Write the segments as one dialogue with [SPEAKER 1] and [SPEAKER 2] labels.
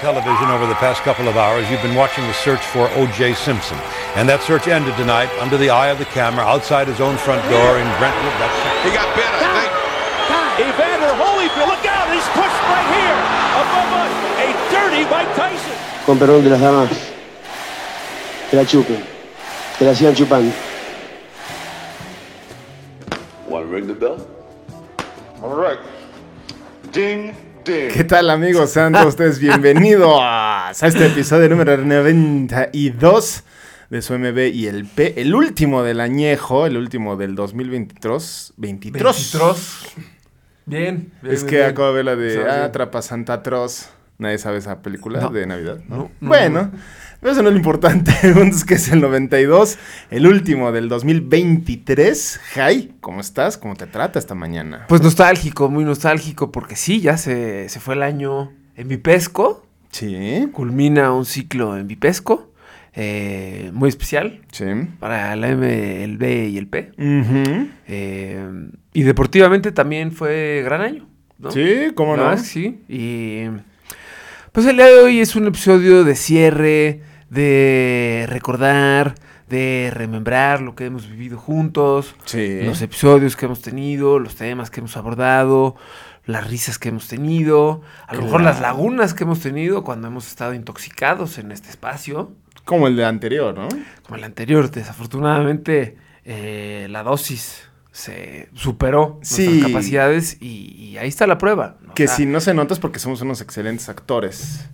[SPEAKER 1] television over the past couple of hours, you've been watching the search for O.J. Simpson. And that search ended tonight under the eye of the camera outside his own front door in Brentwood. That's-
[SPEAKER 2] He got bit, I think.
[SPEAKER 3] Evander Holyfield, look out, he's pushed right here above us. A dirty Mike Tyson.
[SPEAKER 4] Con perdón de las damas. Que la chupen. Que la sigan chupando.
[SPEAKER 5] Want to ring the bell?
[SPEAKER 2] All right. Ding, ding.
[SPEAKER 6] ¿Qué tal amigos Santos? Ustedes bienvenidos a este episodio número 92 de su MB y el P, el último del añejo, el último del 2023. 23.
[SPEAKER 7] 23. Bien, bien,
[SPEAKER 6] Es
[SPEAKER 7] bien,
[SPEAKER 6] que
[SPEAKER 7] bien.
[SPEAKER 6] acabo de ver la de
[SPEAKER 7] Sabes
[SPEAKER 6] ah,
[SPEAKER 7] bien.
[SPEAKER 6] Atrapa Santa Troz. Nadie sabe esa película
[SPEAKER 7] No.
[SPEAKER 6] de Navidad, ¿no?
[SPEAKER 7] No, no,
[SPEAKER 6] bueno, pero eso no es lo importante. El punto es que es el 92, el último del 2023. Jai, ¿cómo estás? ¿Cómo te trata esta mañana?
[SPEAKER 7] Pues nostálgico, muy nostálgico, porque sí, ya se, se fue el año en Vipesco.
[SPEAKER 6] Sí,
[SPEAKER 7] Culmina un ciclo en Vipesco, eh, muy especial
[SPEAKER 6] sí.
[SPEAKER 7] para la M, el B y el P.
[SPEAKER 6] Ujú.
[SPEAKER 7] Eh, y deportivamente también fue gran año, ¿no?
[SPEAKER 6] Sí, ¿cómo
[SPEAKER 7] La
[SPEAKER 6] no?
[SPEAKER 7] verdad es que Ah, sí. Y pues el día de hoy es un episodio de cierre, de recordar, de remembrar lo que hemos vivido juntos,
[SPEAKER 6] Sí.
[SPEAKER 7] los episodios que hemos tenido, los temas que hemos abordado, las risas que hemos tenido, a lo mejor las
[SPEAKER 6] Claro.
[SPEAKER 7] lagunas que hemos tenido cuando hemos estado intoxicados en este espacio,
[SPEAKER 6] Como el de anterior, ¿no?
[SPEAKER 7] como el anterior. Desafortunadamente, eh, la dosis se superó
[SPEAKER 6] Sí.
[SPEAKER 7] nuestras capacidades y, y ahí está la prueba. ¿no?
[SPEAKER 6] Que
[SPEAKER 7] O sea,
[SPEAKER 6] si no se nota es porque somos unos excelentes actores.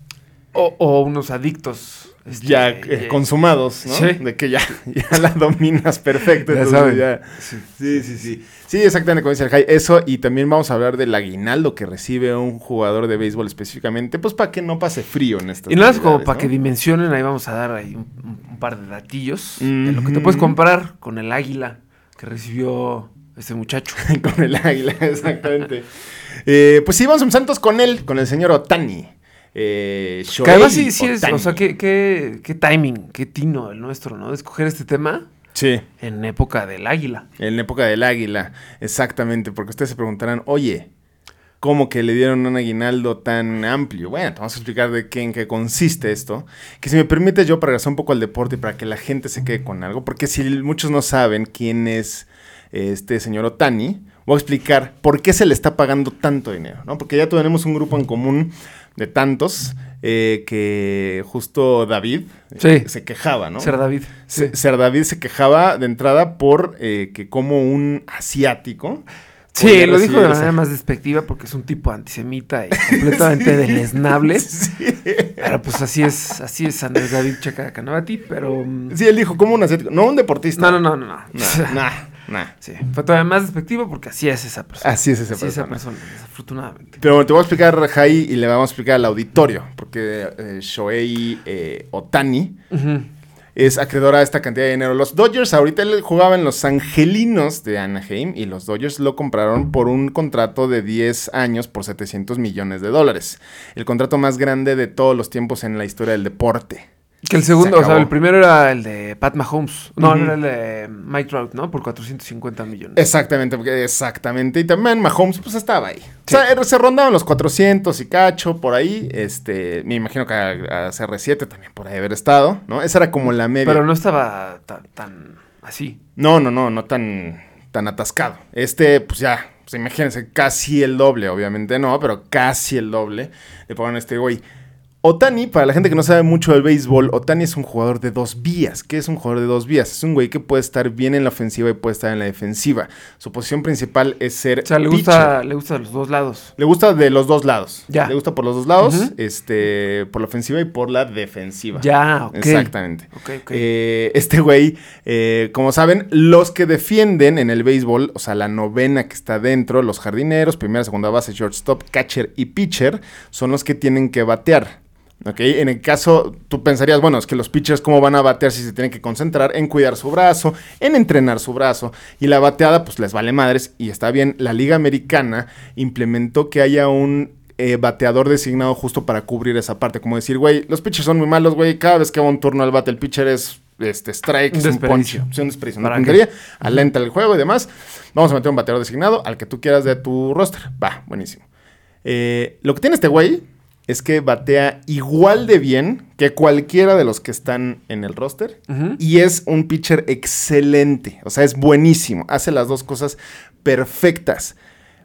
[SPEAKER 7] O, o unos adictos. este,
[SPEAKER 6] ya eh,
[SPEAKER 7] eh,
[SPEAKER 6] consumados, ¿no?
[SPEAKER 7] Sí.
[SPEAKER 6] De que ya, ya la dominas perfecto.
[SPEAKER 7] Ya
[SPEAKER 6] entonces
[SPEAKER 7] saben.
[SPEAKER 6] ya-
[SPEAKER 7] Sí.
[SPEAKER 6] Sí, sí, sí. Sí, exactamente como dice el Jai. Eso, y también vamos a hablar del aguinaldo que recibe un jugador de béisbol específicamente, pues para que no pase frío en estas
[SPEAKER 7] Y nada más como
[SPEAKER 6] navidades,
[SPEAKER 7] para
[SPEAKER 6] ¿no?
[SPEAKER 7] que dimensionen, ahí vamos a dar ahí un, un- un par de datillos de lo que te puedes
[SPEAKER 6] Ujú.
[SPEAKER 7] comprar con el águila que recibió este muchacho.
[SPEAKER 6] con el águila, exactamente. Eh, pues sí, vamos a empezar entonces con él, con el señor Otani. Eh,
[SPEAKER 7] que además
[SPEAKER 6] Shohei
[SPEAKER 7] sí, sí es, o
[SPEAKER 6] Ohtani.
[SPEAKER 7] sea, qué, qué, qué timing, qué tino el nuestro, ¿no? De escoger este tema
[SPEAKER 6] Sí.
[SPEAKER 7] en época del águila.
[SPEAKER 6] En la época del águila, exactamente, porque ustedes se preguntarán, oye, ¿cómo que le dieron un aguinaldo tan amplio? Bueno, te vamos a explicar de qué, en qué consiste esto. Que si me permite yo para regresar un poco al deporte y para que la gente se quede con algo, porque si muchos no saben quién es este señor Otani, voy a explicar por qué se le está pagando tanto dinero, ¿no? Porque ya tenemos un grupo en común de tantos eh, que justo David eh,
[SPEAKER 7] Sí.
[SPEAKER 6] se quejaba, ¿no?
[SPEAKER 7] Ser David.
[SPEAKER 6] Se- Ser David se quejaba de entrada por eh, que como un asiático.
[SPEAKER 7] Sí,
[SPEAKER 6] podía
[SPEAKER 7] lo dijo
[SPEAKER 6] recibir
[SPEAKER 7] de
[SPEAKER 6] esa-
[SPEAKER 7] manera más despectiva porque es un tipo antisemita y completamente deleznable. Pero pues así es, así es Andrés David Checa Canavati, pero... mm,
[SPEAKER 6] Sí, él dijo como un asiático, no un deportista.
[SPEAKER 7] No, no, no, no. no.
[SPEAKER 6] Nah, nah, nah.
[SPEAKER 7] Sí, fue todavía más despectivo porque así es esa persona.
[SPEAKER 6] Así es esa
[SPEAKER 7] esa
[SPEAKER 6] persona.
[SPEAKER 7] persona, desafortunadamente.
[SPEAKER 6] Pero bueno, te voy a explicar, Jai, y le vamos a explicar al auditorio, porque eh, Shohei eh, Otani es acreedora a esta cantidad de dinero. Los Dodgers ahorita él jugaba en los Angelinos de Anaheim y los Dodgers lo compraron por un contrato de 10 años por 700 millones de dólares. El contrato más grande de todos los tiempos en la historia del deporte.
[SPEAKER 7] Que el segundo,
[SPEAKER 6] Se
[SPEAKER 7] o sea,
[SPEAKER 6] acabó.
[SPEAKER 7] el primero era el de Pat Mahomes. No,
[SPEAKER 6] Ujú.
[SPEAKER 7] era el de Mike Trout, ¿no? Por 450 millones.
[SPEAKER 6] Exactamente, porque- exactamente. Y también Mahomes, pues estaba ahí. O sea, er- se rondaban los 400 y cacho por ahí. Este, me imagino que a, a CR7 también por ahí haber estado, ¿no? Esa era como la media.
[SPEAKER 7] Pero no estaba ta- tan así.
[SPEAKER 6] No, no, no, no tan, tan atascado. Este, pues ya, pues imagínense, casi el doble, obviamente no, pero casi el doble. Le ponen a este güey. Otani, para la gente que no sabe mucho del béisbol, Otani es un jugador de dos vías. ¿Qué es un jugador de dos vías? Es un güey que puede estar bien en la ofensiva y puede estar en la defensiva. Su posición principal es ser.
[SPEAKER 7] O sea, le
[SPEAKER 6] pitcher.
[SPEAKER 7] gusta, le gusta los dos lados.
[SPEAKER 6] Le gusta de los dos lados.
[SPEAKER 7] Ya.
[SPEAKER 6] Le gusta por los dos lados,
[SPEAKER 7] Ujú.
[SPEAKER 6] este, por la ofensiva y por la defensiva.
[SPEAKER 7] Ya, Ah, ok.
[SPEAKER 6] Exactamente.
[SPEAKER 7] Ok, ok.
[SPEAKER 6] Eh, este güey, eh, como saben, los que defienden en el béisbol, o sea, la novena que está dentro, los jardineros, primera, segunda base, shortstop, catcher y pitcher, son los que tienen que batear. ¿Ok? En el caso, tú pensarías, bueno, es que los pitchers, ¿cómo van a batear si se tienen que concentrar en cuidar su brazo, en entrenar su brazo? Y la bateada, pues les vale madres, y está bien. La Liga Americana implementó que haya un eh, bateador designado justo para cubrir esa parte. Como decir, güey, los pitchers son muy malos, güey. Cada vez que va un turno al bate, el pitcher es este, strike,
[SPEAKER 7] Un
[SPEAKER 6] es un
[SPEAKER 7] desperdicio.
[SPEAKER 6] ponche, es un desperdicio, una
[SPEAKER 7] ¿Para qué?
[SPEAKER 6] puntería, alenta el juego y demás. Vamos a meter un bateador designado al que tú quieras de tu roster. Va, buenísimo. Eh, lo que tiene este güey es que batea igual de bien que cualquiera de los que están en el roster. Y es un pitcher excelente. O sea, es buenísimo. Hace las dos cosas perfectas.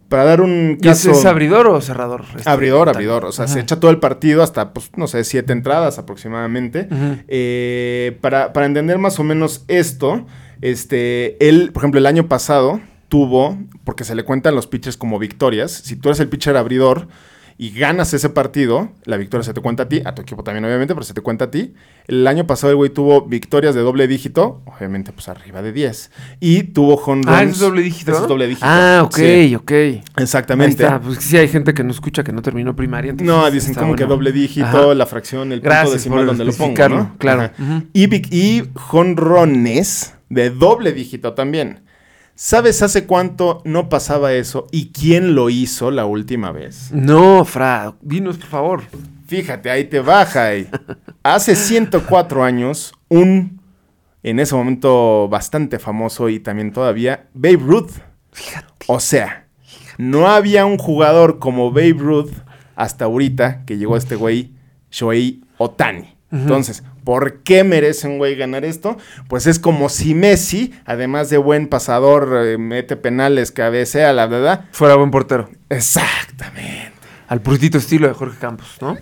[SPEAKER 6] Para dar un
[SPEAKER 7] ¿Y ese
[SPEAKER 6] caso.
[SPEAKER 7] es abridor o cerrador? Este,
[SPEAKER 6] Abridor,
[SPEAKER 7] Otani.
[SPEAKER 6] abridor. O sea, se
[SPEAKER 7] Ajá.
[SPEAKER 6] echa todo el partido hasta, pues, no sé, siete entradas aproximadamente.
[SPEAKER 7] Ujú.
[SPEAKER 6] Eh, para, para entender más o menos esto, este, él, por ejemplo, el año pasado tuvo, porque se le cuentan los pitchers como victorias, si tú eres el pitcher abridor y ganas ese partido, la victoria se te cuenta a ti, a tu equipo también obviamente, pero se te cuenta a ti. El año pasado el güey tuvo victorias de doble dígito, obviamente pues arriba de 10, y tuvo home
[SPEAKER 7] Ah,
[SPEAKER 6] runs-
[SPEAKER 7] ¿es doble dígito?
[SPEAKER 6] Eso es doble dígito.
[SPEAKER 7] Ah, ok,
[SPEAKER 6] Sí,
[SPEAKER 7] ok. Ahí
[SPEAKER 6] exactamente.
[SPEAKER 7] está. Pues sí, hay gente que no escucha que no terminó primaria. entonces
[SPEAKER 6] No, dicen
[SPEAKER 7] está
[SPEAKER 6] como que
[SPEAKER 7] bueno.
[SPEAKER 6] doble dígito,
[SPEAKER 7] Ajá.
[SPEAKER 6] la fracción, el
[SPEAKER 7] Gracias
[SPEAKER 6] punto decimal
[SPEAKER 7] por
[SPEAKER 6] donde lo pongo,
[SPEAKER 7] especificarlo,
[SPEAKER 6] ¿no?
[SPEAKER 7] claro.
[SPEAKER 6] Ajá.
[SPEAKER 7] Ujú.
[SPEAKER 6] Y vic- y jonrones de doble dígito también. ¿Sabes hace cuánto no pasaba eso y quién lo hizo la última vez?
[SPEAKER 7] No, Fra, dinos por favor.
[SPEAKER 6] Fíjate, ahí te baja. ahí. Hace 104 años, un en ese momento bastante famoso y también todavía Babe Ruth o sea, no había un jugador como Babe Ruth hasta ahorita que llegó este güey, Shohei Otani. Entonces, ¿por qué merece un güey ganar esto? Pues es como si Messi, además de buen pasador, eh, mete penales, cabecea, la verdad.
[SPEAKER 7] Fuera buen portero.
[SPEAKER 6] Exactamente.
[SPEAKER 7] Al prutito estilo de Jorge Campos, ¿no?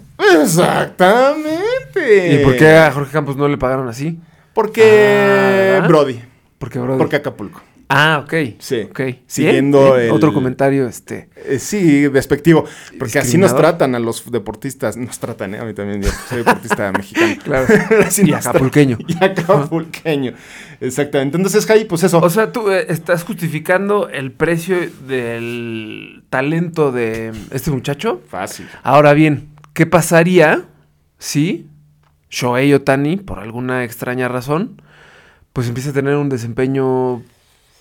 [SPEAKER 6] Exactamente.
[SPEAKER 7] ¿Y por qué a Jorge Campos no le pagaron así?
[SPEAKER 6] Porque
[SPEAKER 7] Ah.
[SPEAKER 6] Brody.
[SPEAKER 7] Porque, brother.
[SPEAKER 6] Porque Acapulco.
[SPEAKER 7] Ah, ok.
[SPEAKER 6] Sí.
[SPEAKER 7] Ok. Bien,
[SPEAKER 6] Siguiendo
[SPEAKER 7] bien.
[SPEAKER 6] el-
[SPEAKER 7] Otro comentario, este.
[SPEAKER 6] Eh, sí, despectivo. Porque así nos
[SPEAKER 7] Discriminador.
[SPEAKER 6] tratan a los deportistas. Nos tratan, ¿eh? A mí también. Yo soy deportista mexicano.
[SPEAKER 7] Claro.
[SPEAKER 6] Así
[SPEAKER 7] y
[SPEAKER 6] nos tra-
[SPEAKER 7] acapulqueño.
[SPEAKER 6] Y acapulqueño. Exactamente. Entonces, Jai, pues eso.
[SPEAKER 7] O sea, tú eh, estás justificando el precio del talento de este muchacho.
[SPEAKER 6] Fácil.
[SPEAKER 7] Ahora bien, ¿qué pasaría si Shohei Otani, por alguna extraña razón, pues empieza a tener un desempeño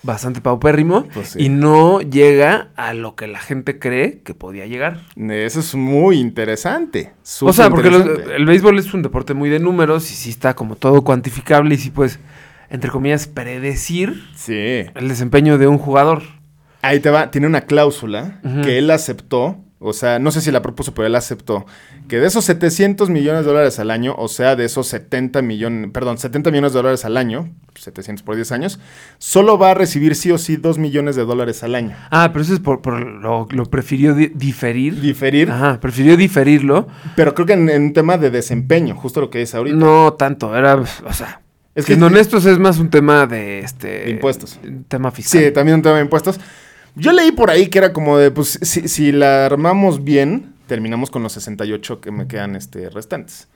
[SPEAKER 7] bastante paupérrimo
[SPEAKER 6] Pues sí.
[SPEAKER 7] y no llega a lo que la gente cree que podía llegar?
[SPEAKER 6] Eso es muy interesante.
[SPEAKER 7] O sea, porque los-
[SPEAKER 6] superinteresante.
[SPEAKER 7] el béisbol es un deporte muy de números y sí está como todo cuantificable y sí puedes, entre comillas, predecir
[SPEAKER 6] Sí.
[SPEAKER 7] el desempeño de un jugador.
[SPEAKER 6] Ahí te va, tiene una cláusula
[SPEAKER 7] Ujú.
[SPEAKER 6] que él aceptó, o sea, no sé si la propuso, pero él aceptó, que de esos 700 millones de dólares al año, o sea, de esos 70 millones, perdón, 70 millones de dólares al año, 700 por 10 años, solo va a recibir sí o sí 2 millones de dólares al año.
[SPEAKER 7] Ah, pero eso es por, por lo, lo prefirió di- diferir.
[SPEAKER 6] Diferir,
[SPEAKER 7] Ajá, prefirió diferirlo.
[SPEAKER 6] pero creo que en, en un tema de desempeño, justo lo que dice ahorita.
[SPEAKER 7] No tanto, era, o sea,
[SPEAKER 6] Es
[SPEAKER 7] es
[SPEAKER 6] que-
[SPEAKER 7] que honestos es más un tema de este
[SPEAKER 6] De impuestos.
[SPEAKER 7] un tema fiscal.
[SPEAKER 6] Sí, también un tema de impuestos. Yo leí por ahí que era como de, pues, si, si la armamos bien, terminamos con los 68 que me quedan este, restantes.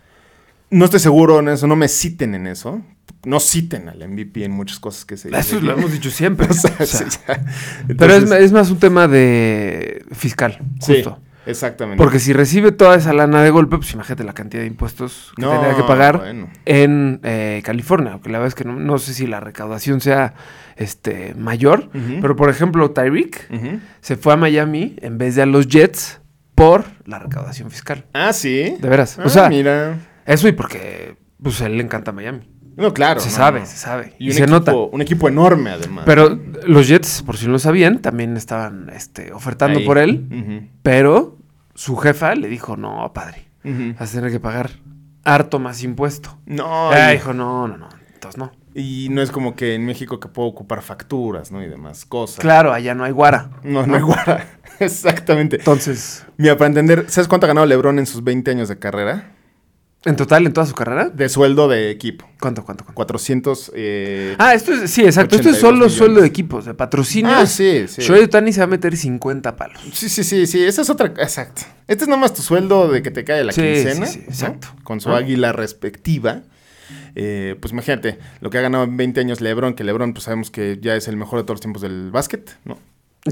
[SPEAKER 6] No estoy seguro en eso, no me citen en eso. No citen al MVP en muchas cosas que se
[SPEAKER 7] Ah, Eso
[SPEAKER 6] dicen.
[SPEAKER 7] lo hemos dicho siempre.
[SPEAKER 6] O sea,
[SPEAKER 7] o sea,
[SPEAKER 6] sí, ya.
[SPEAKER 7] pero es,
[SPEAKER 6] Entonces,
[SPEAKER 7] ma- es más un tema de fiscal,
[SPEAKER 6] sí,
[SPEAKER 7] justo.
[SPEAKER 6] exactamente.
[SPEAKER 7] Porque si recibe toda esa lana de golpe, pues imagínate la cantidad de impuestos que
[SPEAKER 6] No,
[SPEAKER 7] tendría que pagar
[SPEAKER 6] bueno.
[SPEAKER 7] en eh, California. Aunque la verdad es que no, no sé si la recaudación sea este, mayor.
[SPEAKER 6] Ujú.
[SPEAKER 7] Pero por ejemplo, Tyreek
[SPEAKER 6] Ujú.
[SPEAKER 7] se fue a Miami en vez de a los Jets por la recaudación fiscal.
[SPEAKER 6] Ah, sí.
[SPEAKER 7] De veras, o
[SPEAKER 6] Ah,
[SPEAKER 7] sea-
[SPEAKER 6] mira.
[SPEAKER 7] Eso y porque pues, a él le encanta Miami.
[SPEAKER 6] No, claro.
[SPEAKER 7] se
[SPEAKER 6] no,
[SPEAKER 7] sabe,
[SPEAKER 6] no.
[SPEAKER 7] se sabe.
[SPEAKER 6] Y,
[SPEAKER 7] Y,
[SPEAKER 6] un
[SPEAKER 7] se
[SPEAKER 6] equipo,
[SPEAKER 7] nota.
[SPEAKER 6] Un equipo enorme, además.
[SPEAKER 7] Pero los Jets, por si no lo sabían, también estaban este, ofertando
[SPEAKER 6] Ahí.
[SPEAKER 7] por él.
[SPEAKER 6] Ujú,
[SPEAKER 7] Pero su jefa le dijo, no, padre,
[SPEAKER 6] ujú.
[SPEAKER 7] vas a tener que pagar harto más impuesto.
[SPEAKER 6] No.
[SPEAKER 7] Ah,
[SPEAKER 6] y-
[SPEAKER 7] dijo, no, no, no. Entonces no.
[SPEAKER 6] Y no es como que en México que puedo ocupar facturas, ¿no? Y demás cosas.
[SPEAKER 7] Claro, allá no hay guara.
[SPEAKER 6] No, no hay guarda. Exactamente.
[SPEAKER 7] Entonces,
[SPEAKER 6] Mira, para entender, ¿sabes cuánto ha ganado LeBron en sus 20 años de carrera?
[SPEAKER 7] en total, en toda su carrera,
[SPEAKER 6] De sueldo de equipo.
[SPEAKER 7] ¿cuánto, cuánto, cuánto?
[SPEAKER 6] 400... eh,
[SPEAKER 7] Ah, esto es, sí, exacto. Esto es
[SPEAKER 6] 82
[SPEAKER 7] solo
[SPEAKER 6] millones.
[SPEAKER 7] sueldo de equipos, de patrocinios.
[SPEAKER 6] Ah, sí, sí.
[SPEAKER 7] Shohei Ohtani se va a meter 50 palos.
[SPEAKER 6] Sí, sí, sí, sí. Esa es otra... Exacto. Este es nomás tu sueldo de que te cae la
[SPEAKER 7] Sí,
[SPEAKER 6] quincena.
[SPEAKER 7] sí, sí,
[SPEAKER 6] ¿no?
[SPEAKER 7] exacto.
[SPEAKER 6] Con su
[SPEAKER 7] Ah.
[SPEAKER 6] águila respectiva. Eh, pues imagínate, lo que ha ganado en 20 años LeBron, que LeBron pues sabemos que ya es el mejor de todos los tiempos del básquet, ¿no?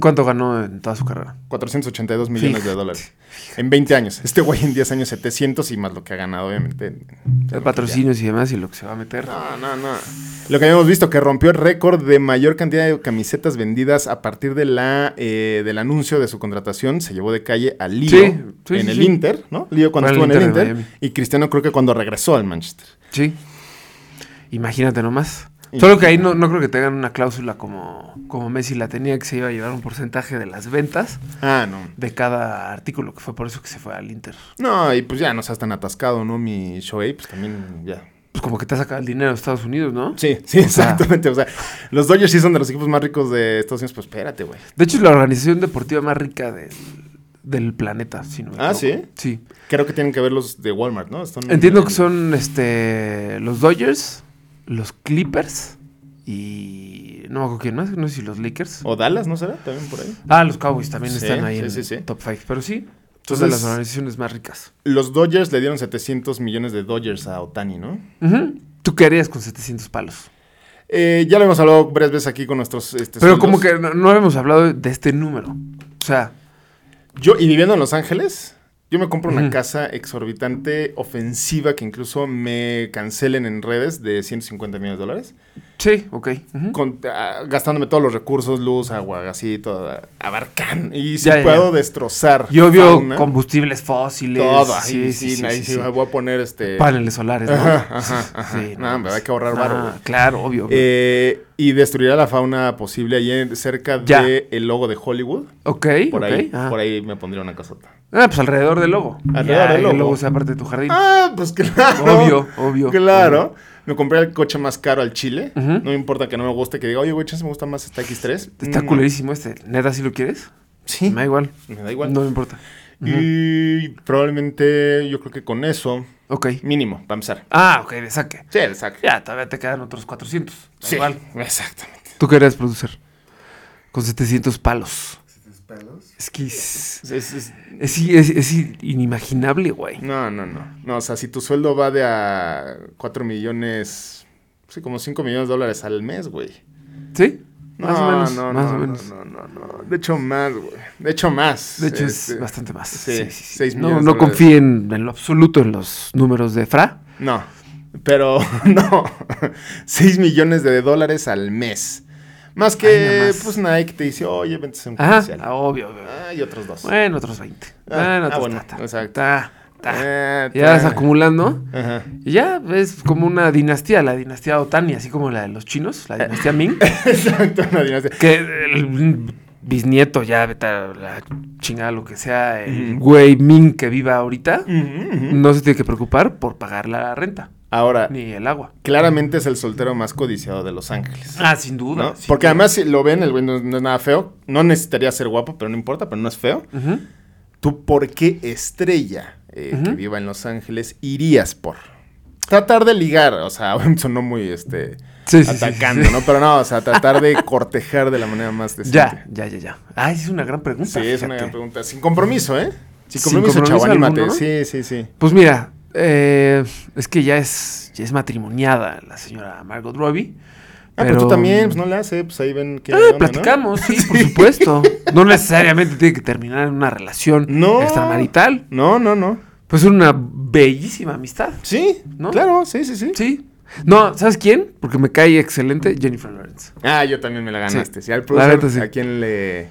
[SPEAKER 7] ¿Cuánto ganó en toda su carrera?
[SPEAKER 6] 482 millones de
[SPEAKER 7] Fíjate,
[SPEAKER 6] dólares. En 20 años. Este güey en 10 años 700 y más lo que ha ganado, obviamente. en- en
[SPEAKER 7] De
[SPEAKER 6] lo que
[SPEAKER 7] patrocinios y demás y lo que se va a meter.
[SPEAKER 6] ya- No, no, no. Lo que habíamos visto que rompió el récord de mayor cantidad de camisetas vendidas a partir de la, eh, del anuncio de su contratación. Se llevó de calle a Lío
[SPEAKER 7] Sí, sí, sí,
[SPEAKER 6] en el
[SPEAKER 7] sí.
[SPEAKER 6] Inter, ¿no? Lío cuando
[SPEAKER 7] Fue
[SPEAKER 6] estuvo
[SPEAKER 7] al
[SPEAKER 6] en el
[SPEAKER 7] Inter de
[SPEAKER 6] Inter. Y Cristiano creo que cuando regresó al Manchester.
[SPEAKER 7] Sí. Imagínate nomás. Solo que ahí no, no creo que tengan una cláusula como, como Messi la tenía, que se iba a llevar un porcentaje de las ventas
[SPEAKER 6] Ah, no.
[SPEAKER 7] de cada artículo, que fue por eso que se fue al Inter.
[SPEAKER 6] No, y pues ya no seas tan atascado, ¿no? Mi Shoei, pues también ya.
[SPEAKER 7] Pues como que te ha sacado el dinero de Estados Unidos, ¿no?
[SPEAKER 6] Sí, sí, exactamente. O sea, los Dodgers sí son de los equipos más ricos de Estados Unidos, pues espérate, güey.
[SPEAKER 7] De hecho, es la organización deportiva más rica del, del planeta, si no me
[SPEAKER 6] Ah, Mm,
[SPEAKER 7] equivoco. Sí.
[SPEAKER 6] Creo que tienen que ver los de Walmart, ¿no? Están-
[SPEAKER 7] Entiendo que son este los Dodgers, los Clippers y no me acuerdo quién más, no sé si los Lakers.
[SPEAKER 6] O Dallas, ¿no será? También por ahí.
[SPEAKER 7] Ah, los Cowboys también
[SPEAKER 6] Sí,
[SPEAKER 7] están ahí
[SPEAKER 6] sí,
[SPEAKER 7] en
[SPEAKER 6] sí, sí.
[SPEAKER 7] top 5, pero sí, son de
[SPEAKER 6] Entonces-
[SPEAKER 7] las organizaciones más ricas.
[SPEAKER 6] Los Dodgers le dieron 700 millones de Dodgers a Otani, ¿no?
[SPEAKER 7] Ujú. ¿Tú qué harías con 700 palos?
[SPEAKER 6] Eh, ya lo hemos hablado varias veces aquí con nuestros. este,
[SPEAKER 7] Pero
[SPEAKER 6] sueldos.
[SPEAKER 7] como que no, no habíamos hablado de este número. O sea,
[SPEAKER 6] Yo, y viviendo en Los Ángeles, yo me compro una casa exorbitante, ofensiva, que incluso me cancelen en redes de 150 millones de dólares.
[SPEAKER 7] sí, ok. ujú.
[SPEAKER 6] con- ah, gastándome todos los recursos, luz, agua, gasito, ah, abarcan. Y si
[SPEAKER 7] Ya, ya,
[SPEAKER 6] puedo
[SPEAKER 7] ya.
[SPEAKER 6] destrozar.
[SPEAKER 7] Y obvio,
[SPEAKER 6] fauna,
[SPEAKER 7] combustibles fósiles.
[SPEAKER 6] todo.
[SPEAKER 7] sí, sí, sí,
[SPEAKER 6] ahí
[SPEAKER 7] sí,
[SPEAKER 6] sí
[SPEAKER 7] sí.
[SPEAKER 6] me voy a poner este.
[SPEAKER 7] Paneles solares, ¿no?
[SPEAKER 6] Ajá, ajá, ajá. No, hombre,
[SPEAKER 7] pues.
[SPEAKER 6] hay que ahorrar varo, güey.
[SPEAKER 7] Claro, obvio. obvio.
[SPEAKER 6] Eh, y destruirá la fauna posible ahí en- cerca
[SPEAKER 7] Ya.
[SPEAKER 6] de el logo de Hollywood.
[SPEAKER 7] ok,
[SPEAKER 6] Por
[SPEAKER 7] ok.
[SPEAKER 6] ahí,
[SPEAKER 7] ajá.
[SPEAKER 6] por ahí me pondría una casota.
[SPEAKER 7] Ah, pues alrededor del lobo.
[SPEAKER 6] Alrededor del
[SPEAKER 7] que El
[SPEAKER 6] lobo.
[SPEAKER 7] lobo sea parte de tu jardín.
[SPEAKER 6] Ah, pues claro.
[SPEAKER 7] Obvio, obvio,
[SPEAKER 6] Claro. Me compré el coche más caro al Chile. No me importa que no me guste, que diga, oye, güey, chance me gusta más esta X3.
[SPEAKER 7] Está
[SPEAKER 6] Mm,
[SPEAKER 7] culerísimo este. ¿Neta si lo quieres?
[SPEAKER 6] Sí.
[SPEAKER 7] Me da igual.
[SPEAKER 6] Me da igual.
[SPEAKER 7] No me importa.
[SPEAKER 6] Y probablemente yo creo que con eso,
[SPEAKER 7] Ok.
[SPEAKER 6] mínimo, para empezar.
[SPEAKER 7] Ah, ok, de saque.
[SPEAKER 6] Sí, el saque.
[SPEAKER 7] Ya, todavía te quedan otros 400. Da
[SPEAKER 6] Sí,
[SPEAKER 7] igual.
[SPEAKER 6] exactamente.
[SPEAKER 7] ¿Tú qué harías, producer? Con 700 palos. palos? Es que es,
[SPEAKER 6] Es- es- es-
[SPEAKER 7] es, es- es inimaginable, güey.
[SPEAKER 6] no, no, no. No, o sea, si tu sueldo va de a 4 millones, sí, como 5 millones de dólares al mes, güey.
[SPEAKER 7] ¿Sí?
[SPEAKER 6] No,
[SPEAKER 7] Más o menos.
[SPEAKER 6] no,
[SPEAKER 7] más
[SPEAKER 6] no,
[SPEAKER 7] o menos.
[SPEAKER 6] No, no, no, no. De hecho, más, güey. De hecho, más.
[SPEAKER 7] De hecho,
[SPEAKER 6] Este,
[SPEAKER 7] es bastante más.
[SPEAKER 6] sí,
[SPEAKER 7] Sí, sí, sí.
[SPEAKER 6] seis
[SPEAKER 7] No,
[SPEAKER 6] millones de
[SPEAKER 7] no
[SPEAKER 6] dólares.
[SPEAKER 7] confíen en lo absoluto en los números de Fra.
[SPEAKER 6] No, pero no. 6 millones de dólares al mes. Más que,
[SPEAKER 7] Ay, nada más.
[SPEAKER 6] pues, Nike te dice, oye, vente a hacer un
[SPEAKER 7] Ajá,
[SPEAKER 6] comercial.
[SPEAKER 7] ah, obvio, obvio.
[SPEAKER 6] Ah, y otros dos.
[SPEAKER 7] Bueno, otros 20.
[SPEAKER 6] Ah,
[SPEAKER 7] bueno,
[SPEAKER 6] ah,
[SPEAKER 7] otros
[SPEAKER 6] bueno,
[SPEAKER 7] ta, ta,
[SPEAKER 6] exacto.
[SPEAKER 7] ta, ta.
[SPEAKER 6] Ah,
[SPEAKER 7] Ya vas
[SPEAKER 6] ta.
[SPEAKER 7] acumulando.
[SPEAKER 6] Ajá.
[SPEAKER 7] Y ya es como una dinastía, la dinastía Otani, así como la de los chinos, la dinastía Ming.
[SPEAKER 6] Exacto, una dinastía.
[SPEAKER 7] Que el bisnieto ya, vete a la chingada, lo que sea, el güey Ming que viva ahorita, no se tiene que preocupar por pagar la renta
[SPEAKER 6] Ahora,
[SPEAKER 7] ni el agua.
[SPEAKER 6] claramente es el soltero más codiciado de Los Ángeles.
[SPEAKER 7] Ah, sin duda.
[SPEAKER 6] ¿no? Porque además, si lo ven, el güey no, no es nada feo. No necesitaría ser guapo, pero no importa, pero no es feo. ¿Tú por qué estrella eh, que viva en Los Ángeles irías por? Tratar de ligar, o sea, sonó muy este
[SPEAKER 7] Sí, sí, sí, sí,
[SPEAKER 6] atacando,
[SPEAKER 7] sí.
[SPEAKER 6] ¿no? Pero no, o sea, tratar de cortejar de la manera más decente.
[SPEAKER 7] Ya, ya, ya, ya. Ah, esa es una gran
[SPEAKER 6] Sí,
[SPEAKER 7] pregunta.
[SPEAKER 6] es una
[SPEAKER 7] fíjate.
[SPEAKER 6] gran pregunta. Sin compromiso, ¿eh? Sin
[SPEAKER 7] Sin
[SPEAKER 6] compromiso,
[SPEAKER 7] compromiso
[SPEAKER 6] chavo,
[SPEAKER 7] alguno,
[SPEAKER 6] anímate.
[SPEAKER 7] ¿no?
[SPEAKER 6] Sí, sí, sí.
[SPEAKER 7] Pues mira, eh, es que ya es, ya es matrimoniada la señora Margot Robbie.
[SPEAKER 6] Ah, pero tú también, pues no le hace, pues ahí ven que.
[SPEAKER 7] Ah, platicamos, sí, por supuesto. No necesariamente tiene que terminar en una relación
[SPEAKER 6] No.
[SPEAKER 7] extramarital.
[SPEAKER 6] No, no, no.
[SPEAKER 7] Pues es una bellísima amistad.
[SPEAKER 6] Sí,
[SPEAKER 7] ¿No?
[SPEAKER 6] claro, sí, sí, sí,
[SPEAKER 7] Sí. No, ¿sabes quién? Porque me cae excelente Jennifer Lawrence.
[SPEAKER 6] Ah, yo también me la ganaste.
[SPEAKER 7] Sí.
[SPEAKER 6] Si al
[SPEAKER 7] La
[SPEAKER 6] producer,
[SPEAKER 7] neta, sí.
[SPEAKER 6] ¿a quién le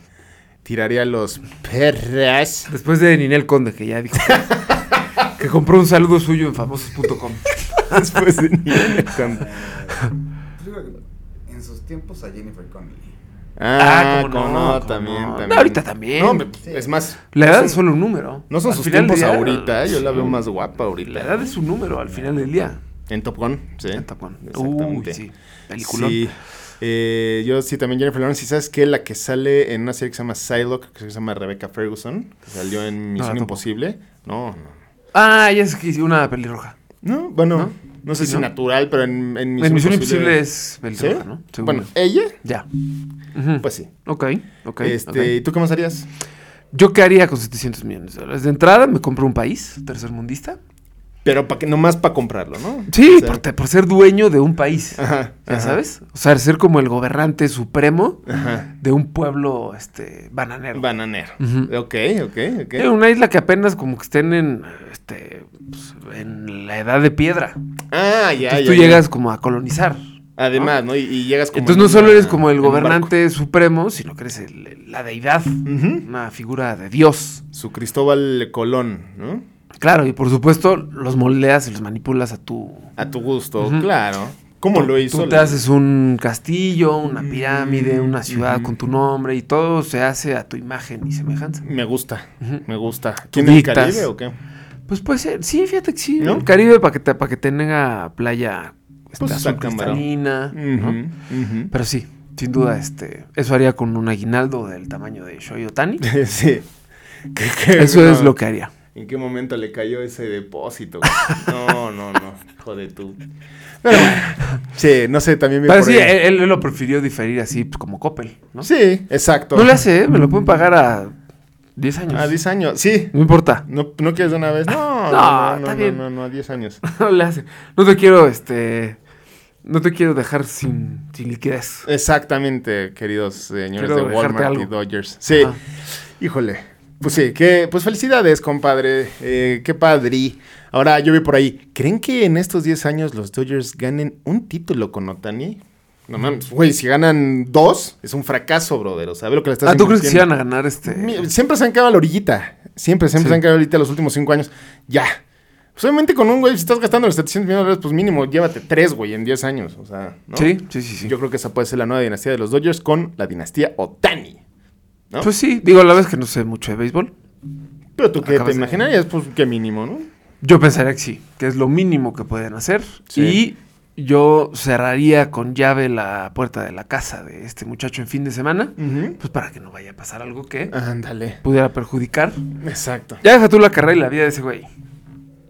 [SPEAKER 6] tiraría los perras?
[SPEAKER 7] Después de Ninel Conde, que ya dijo que- que compró un saludo suyo en famosos.com.
[SPEAKER 6] Después de Nieve con-
[SPEAKER 8] Yo creo que en sus tiempos a Jennifer Connelly.
[SPEAKER 7] Ah,
[SPEAKER 6] Ah,
[SPEAKER 7] cómo
[SPEAKER 6] cómo
[SPEAKER 7] no,
[SPEAKER 6] no,
[SPEAKER 7] cómo
[SPEAKER 6] también,
[SPEAKER 7] no.
[SPEAKER 6] también.
[SPEAKER 7] No, ahorita también.
[SPEAKER 6] No, hombre, es más.
[SPEAKER 7] La
[SPEAKER 6] no
[SPEAKER 7] edad
[SPEAKER 6] son-
[SPEAKER 7] es solo un número.
[SPEAKER 6] No son
[SPEAKER 7] Al
[SPEAKER 6] sus
[SPEAKER 7] final del
[SPEAKER 6] tiempos
[SPEAKER 7] día,
[SPEAKER 6] ahorita, ¿eh? yo la veo más guapa ahorita.
[SPEAKER 7] La edad es un número al final del día.
[SPEAKER 6] En Top Gun, sí.
[SPEAKER 7] En Top Gun.
[SPEAKER 6] Exactamente.
[SPEAKER 7] Uy, sí. Peliculón.
[SPEAKER 6] Sí. Eh, yo sí, también Jennifer Lawrence. ¿Y sabes qué? La que sale en una serie que se llama Psylocke, que se llama Rebecca Ferguson, que salió en Misión
[SPEAKER 7] tampoco.
[SPEAKER 6] Imposible. No, no.
[SPEAKER 7] Ah, ya es que hice una pelirroja.
[SPEAKER 6] No, bueno, no, sé
[SPEAKER 7] Sí,
[SPEAKER 6] si
[SPEAKER 7] ¿no?
[SPEAKER 6] natural, pero en, en
[SPEAKER 7] En Misión Imposible es
[SPEAKER 6] ¿Sí?
[SPEAKER 7] pelirroja, ¿no? Según
[SPEAKER 6] Bueno,
[SPEAKER 7] yo.
[SPEAKER 6] ella,
[SPEAKER 7] ya.
[SPEAKER 6] pues sí.
[SPEAKER 7] Ok, ok.
[SPEAKER 6] este,
[SPEAKER 7] ok.
[SPEAKER 6] ¿Y tú qué más harías?
[SPEAKER 7] Yo qué haría con 700 millones de dólares. De entrada me compro un país tercermundista.
[SPEAKER 6] Pero pa que, nomás para comprarlo, ¿no?
[SPEAKER 7] Sí,
[SPEAKER 6] O sea,
[SPEAKER 7] por, te- por ser dueño de un país.
[SPEAKER 6] Ajá,
[SPEAKER 7] ¿Ya
[SPEAKER 6] ajá.
[SPEAKER 7] sabes? O sea, ser como el gobernante supremo
[SPEAKER 6] Ajá.
[SPEAKER 7] de un pueblo este, bananero.
[SPEAKER 6] Bananero. Ok, ok, ok.
[SPEAKER 7] Eh, una isla que apenas como que estén en, este, pues, en la edad de piedra.
[SPEAKER 6] Ah, ya,
[SPEAKER 7] Entonces
[SPEAKER 6] ya.
[SPEAKER 7] tú
[SPEAKER 6] ya.
[SPEAKER 7] llegas como a colonizar.
[SPEAKER 6] Además, ¿no? Y, y llegas como.
[SPEAKER 7] Entonces
[SPEAKER 6] en
[SPEAKER 7] no solo
[SPEAKER 6] una-
[SPEAKER 7] eres como el
[SPEAKER 6] en un barco.
[SPEAKER 7] gobernante supremo, sino que eres el- el- la deidad, una figura de Dios.
[SPEAKER 6] Su Cristóbal Colón, ¿no?
[SPEAKER 7] Claro, y por supuesto los moldeas y los manipulas a tu...
[SPEAKER 6] A tu gusto, claro. ¿Cómo
[SPEAKER 7] tú-
[SPEAKER 6] lo hizo?
[SPEAKER 7] Tú te
[SPEAKER 6] la-
[SPEAKER 7] haces un castillo,
[SPEAKER 6] Mm,
[SPEAKER 7] una pirámide, una ciudad con tu nombre y todo se hace a tu imagen y semejanza.
[SPEAKER 6] Me gusta, me gusta.
[SPEAKER 7] Tú
[SPEAKER 6] ¿Tiene el
[SPEAKER 7] dictas.
[SPEAKER 6] Caribe o qué?
[SPEAKER 7] Pues puede ser, sí, fíjate que sí.
[SPEAKER 6] ¿No?
[SPEAKER 7] El Caribe para que, te, para que tenga playa este,
[SPEAKER 6] Pues,
[SPEAKER 7] azul
[SPEAKER 6] Sacámbaro.
[SPEAKER 7] cristalina, ¿no?
[SPEAKER 6] Ujú,
[SPEAKER 7] Pero sí, sin duda, este, eso haría con un aguinaldo del tamaño de Shoyo Tani.
[SPEAKER 6] ujú. sí. ¿Qué- qué-
[SPEAKER 7] Eso es
[SPEAKER 6] no.
[SPEAKER 7] lo que haría.
[SPEAKER 6] ¿En qué momento le cayó ese depósito? No, no, no. Joder tú. Pero bueno. Sí, no sé, también vi
[SPEAKER 7] Pero
[SPEAKER 6] por
[SPEAKER 7] sí,
[SPEAKER 6] ahí.
[SPEAKER 7] él, él lo prefirió diferir así, pues, como Coppel, ¿no?
[SPEAKER 6] Sí, exacto.
[SPEAKER 7] No le hace, ¿eh? me lo pueden pagar a 10 años.
[SPEAKER 6] A 10 años, sí.
[SPEAKER 7] No importa.
[SPEAKER 6] ¿No, ¿No quieres de una vez? No,
[SPEAKER 7] No,
[SPEAKER 6] no, no,
[SPEAKER 7] está
[SPEAKER 6] no, no,
[SPEAKER 7] bien.
[SPEAKER 6] no, no, a 10 años.
[SPEAKER 7] No le hace. No te quiero, este. No te quiero dejar sin, sin liquidez.
[SPEAKER 6] Exactamente, queridos señores
[SPEAKER 7] Quiero
[SPEAKER 6] de
[SPEAKER 7] dejarte
[SPEAKER 6] Walmart y
[SPEAKER 7] algo.
[SPEAKER 6] Dodgers. Sí,
[SPEAKER 7] Ajá.
[SPEAKER 6] híjole. Pues sí, que, pues felicidades, compadre. Eh, qué padrí. Ahora, yo vi por ahí. ¿Creen que en estos 10 años los Dodgers ganen un título con Otani? No mames,
[SPEAKER 7] Mm.
[SPEAKER 6] güey, si ganan dos, es un fracaso, brother. O sea, ve lo que le estás
[SPEAKER 7] Ah, ¿tú crees que se
[SPEAKER 6] invirtiendo.
[SPEAKER 7] iban a ganar este?
[SPEAKER 6] Mi- Siempre se han quedado a la orillita. Siempre, siempre
[SPEAKER 7] Sí.
[SPEAKER 6] se han quedado a la orillita los últimos cinco años. Ya. Pues obviamente con un güey, si estás gastando los 700 millones de dólares, pues mínimo llévate tres, güey, en 10 años. O sea, ¿no?
[SPEAKER 7] Sí, sí, sí. sí.
[SPEAKER 6] Yo creo que esa puede ser la nueva dinastía de los Dodgers con la dinastía Otani. ¿no?
[SPEAKER 7] Pues sí, digo, la vez que no sé mucho de béisbol,
[SPEAKER 6] Pero tú que te
[SPEAKER 7] acabas de-
[SPEAKER 6] imaginarías, pues que mínimo, ¿no?
[SPEAKER 7] yo pensaría que sí, que es lo mínimo que pueden hacer.
[SPEAKER 6] Sí.
[SPEAKER 7] Y yo cerraría con llave la puerta de la casa de este muchacho en fin de semana, pues para que no vaya a pasar algo que
[SPEAKER 6] Ah. Ándale.
[SPEAKER 7] pudiera perjudicar.
[SPEAKER 6] Exacto.
[SPEAKER 7] Ya deja tú la carrera y la vida de ese güey.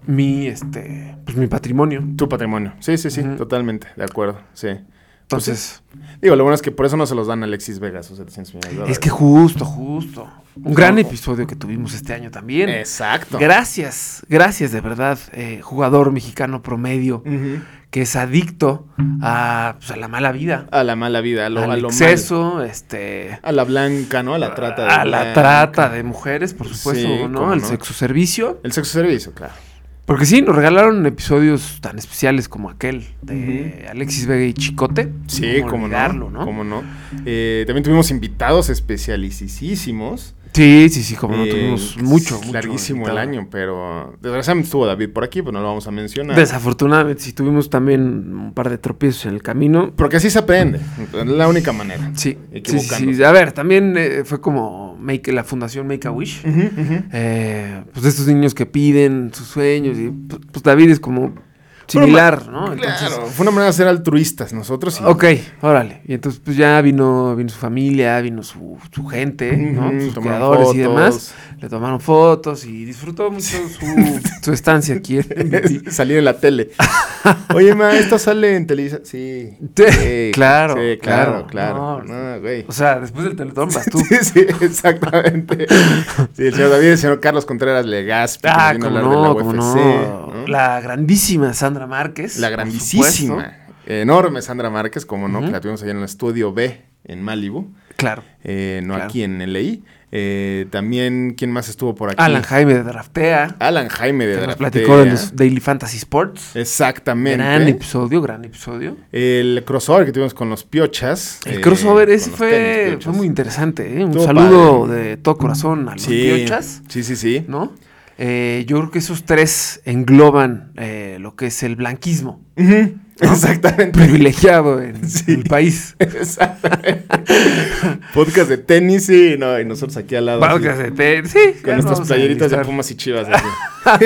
[SPEAKER 7] Mi, este, pues mi patrimonio.
[SPEAKER 6] Tu patrimonio. Sí, sí, sí,
[SPEAKER 7] Ujú.
[SPEAKER 6] totalmente. De acuerdo. Sí. Pues
[SPEAKER 7] Entonces,
[SPEAKER 6] Digo, lo bueno es que por eso no se los dan a Alexis Vegas sus 700 millones de dólares.
[SPEAKER 7] es que justo, justo. Un gran episodio que tuvimos este año también.
[SPEAKER 6] Exacto.
[SPEAKER 7] Gracias, gracias de verdad, eh, jugador mexicano promedio
[SPEAKER 6] Ujú.
[SPEAKER 7] que es adicto a, pues, a la mala vida,
[SPEAKER 6] A la mala vida, a lo, a
[SPEAKER 7] al
[SPEAKER 6] lo mal.
[SPEAKER 7] exceso, este,
[SPEAKER 6] A la blanca, ¿no? A la trata. de
[SPEAKER 7] a la
[SPEAKER 6] blanca.
[SPEAKER 7] trata de mujeres, por supuesto,
[SPEAKER 6] Sí,
[SPEAKER 7] ¿no?
[SPEAKER 6] cómo
[SPEAKER 7] Al
[SPEAKER 6] no.
[SPEAKER 7] sexo servicio.
[SPEAKER 6] El sexo servicio, claro.
[SPEAKER 7] Porque sí, nos regalaron episodios tan especiales como aquel de Alexis Vega y Chicote.
[SPEAKER 6] Sí,
[SPEAKER 7] ¿Cómo
[SPEAKER 6] cómo
[SPEAKER 7] olvidarlo,
[SPEAKER 6] no. Cómo no. Eh, también tuvimos invitados especialicísimos.
[SPEAKER 7] Sí, sí, sí, como no
[SPEAKER 6] Eh,
[SPEAKER 7] tuvimos
[SPEAKER 6] es
[SPEAKER 7] mucho, mucho
[SPEAKER 6] Larguísimo el
[SPEAKER 7] invitado.
[SPEAKER 6] año, pero. Desgraciadamente estuvo David por aquí, pero no lo vamos a mencionar.
[SPEAKER 7] Desafortunadamente, sí tuvimos también un par de tropiezos en el camino.
[SPEAKER 6] Porque así se aprende. Es la única manera.
[SPEAKER 7] Sí, sí, sí,
[SPEAKER 6] Equivocándose.
[SPEAKER 7] sí. A ver, también eh, fue como make, la fundación Make a Wish. Eh, pues de estos niños que piden sus sueños. Y, pues pues, David es como similar, ¿no? Entonces,
[SPEAKER 6] Claro, fue una manera de ser altruistas nosotros. y-
[SPEAKER 7] Ok, órale. Y entonces, pues ya vino, vino su familia, vino su, su gente, ¿no?
[SPEAKER 6] Ujú,
[SPEAKER 7] Sus
[SPEAKER 6] tomaron
[SPEAKER 7] creadores y
[SPEAKER 6] fotos.
[SPEAKER 7] demás. Le tomaron fotos y disfrutó mucho su, su estancia aquí. en MTV.
[SPEAKER 6] Salir en la tele. Oye, ma, esto sale en Televisa. Sí.
[SPEAKER 7] Sí, claro,
[SPEAKER 6] Sí, claro,
[SPEAKER 7] claro.
[SPEAKER 6] claro.
[SPEAKER 7] No.
[SPEAKER 6] No, güey.
[SPEAKER 7] O sea, después del teletón vas tú.
[SPEAKER 6] Sí, sí, exactamente. Sí, el señor David, el señor Carlos Contreras Legaspi. que
[SPEAKER 7] Ah,
[SPEAKER 6] vino a
[SPEAKER 7] como
[SPEAKER 6] hablar de
[SPEAKER 7] no, como
[SPEAKER 6] UFC,
[SPEAKER 7] no.
[SPEAKER 6] ¿no?
[SPEAKER 7] La grandísima Sandra Márquez.
[SPEAKER 6] La
[SPEAKER 7] por supuesto.
[SPEAKER 6] grandísima, enorme Sandra Márquez, como no, que
[SPEAKER 7] Ujú.
[SPEAKER 6] la tuvimos allá en el estudio B en Málibu,
[SPEAKER 7] Claro.
[SPEAKER 6] eh, no
[SPEAKER 7] Claro.
[SPEAKER 6] aquí en LI. Eh, también, ¿quién más estuvo por aquí?
[SPEAKER 7] Alan Jaime de Draftea.
[SPEAKER 6] Alan Jaime Ah, de
[SPEAKER 7] que nos
[SPEAKER 6] Draftea.
[SPEAKER 7] platicó de los pues. Daily Fantasy Sports.
[SPEAKER 6] Exactamente.
[SPEAKER 7] Gran episodio, gran episodio.
[SPEAKER 6] El crossover que tuvimos con los piochas.
[SPEAKER 7] El
[SPEAKER 6] eh,
[SPEAKER 7] crossover
[SPEAKER 6] con
[SPEAKER 7] ese
[SPEAKER 6] los tenis
[SPEAKER 7] fue,
[SPEAKER 6] piochas.
[SPEAKER 7] fue muy interesante. ¿eh? Un
[SPEAKER 6] Estuvo
[SPEAKER 7] saludo
[SPEAKER 6] padre.
[SPEAKER 7] de todo corazón a los
[SPEAKER 6] Sí,
[SPEAKER 7] piochas,
[SPEAKER 6] sí, sí, sí.
[SPEAKER 7] ¿no? Eh, yo creo que esos tres engloban eh, lo que es el blanquismo
[SPEAKER 6] Ujú, Exactamente.
[SPEAKER 7] privilegiado en el país.
[SPEAKER 6] Exactamente. Podcast de tenis, sí, no, y nosotros aquí al lado. así,
[SPEAKER 7] Podcast de té- sí, ya
[SPEAKER 6] Con
[SPEAKER 7] no
[SPEAKER 6] estas
[SPEAKER 7] vamos a
[SPEAKER 6] playeritas de
[SPEAKER 7] enlistar.
[SPEAKER 6] Pumas y Chivas. así.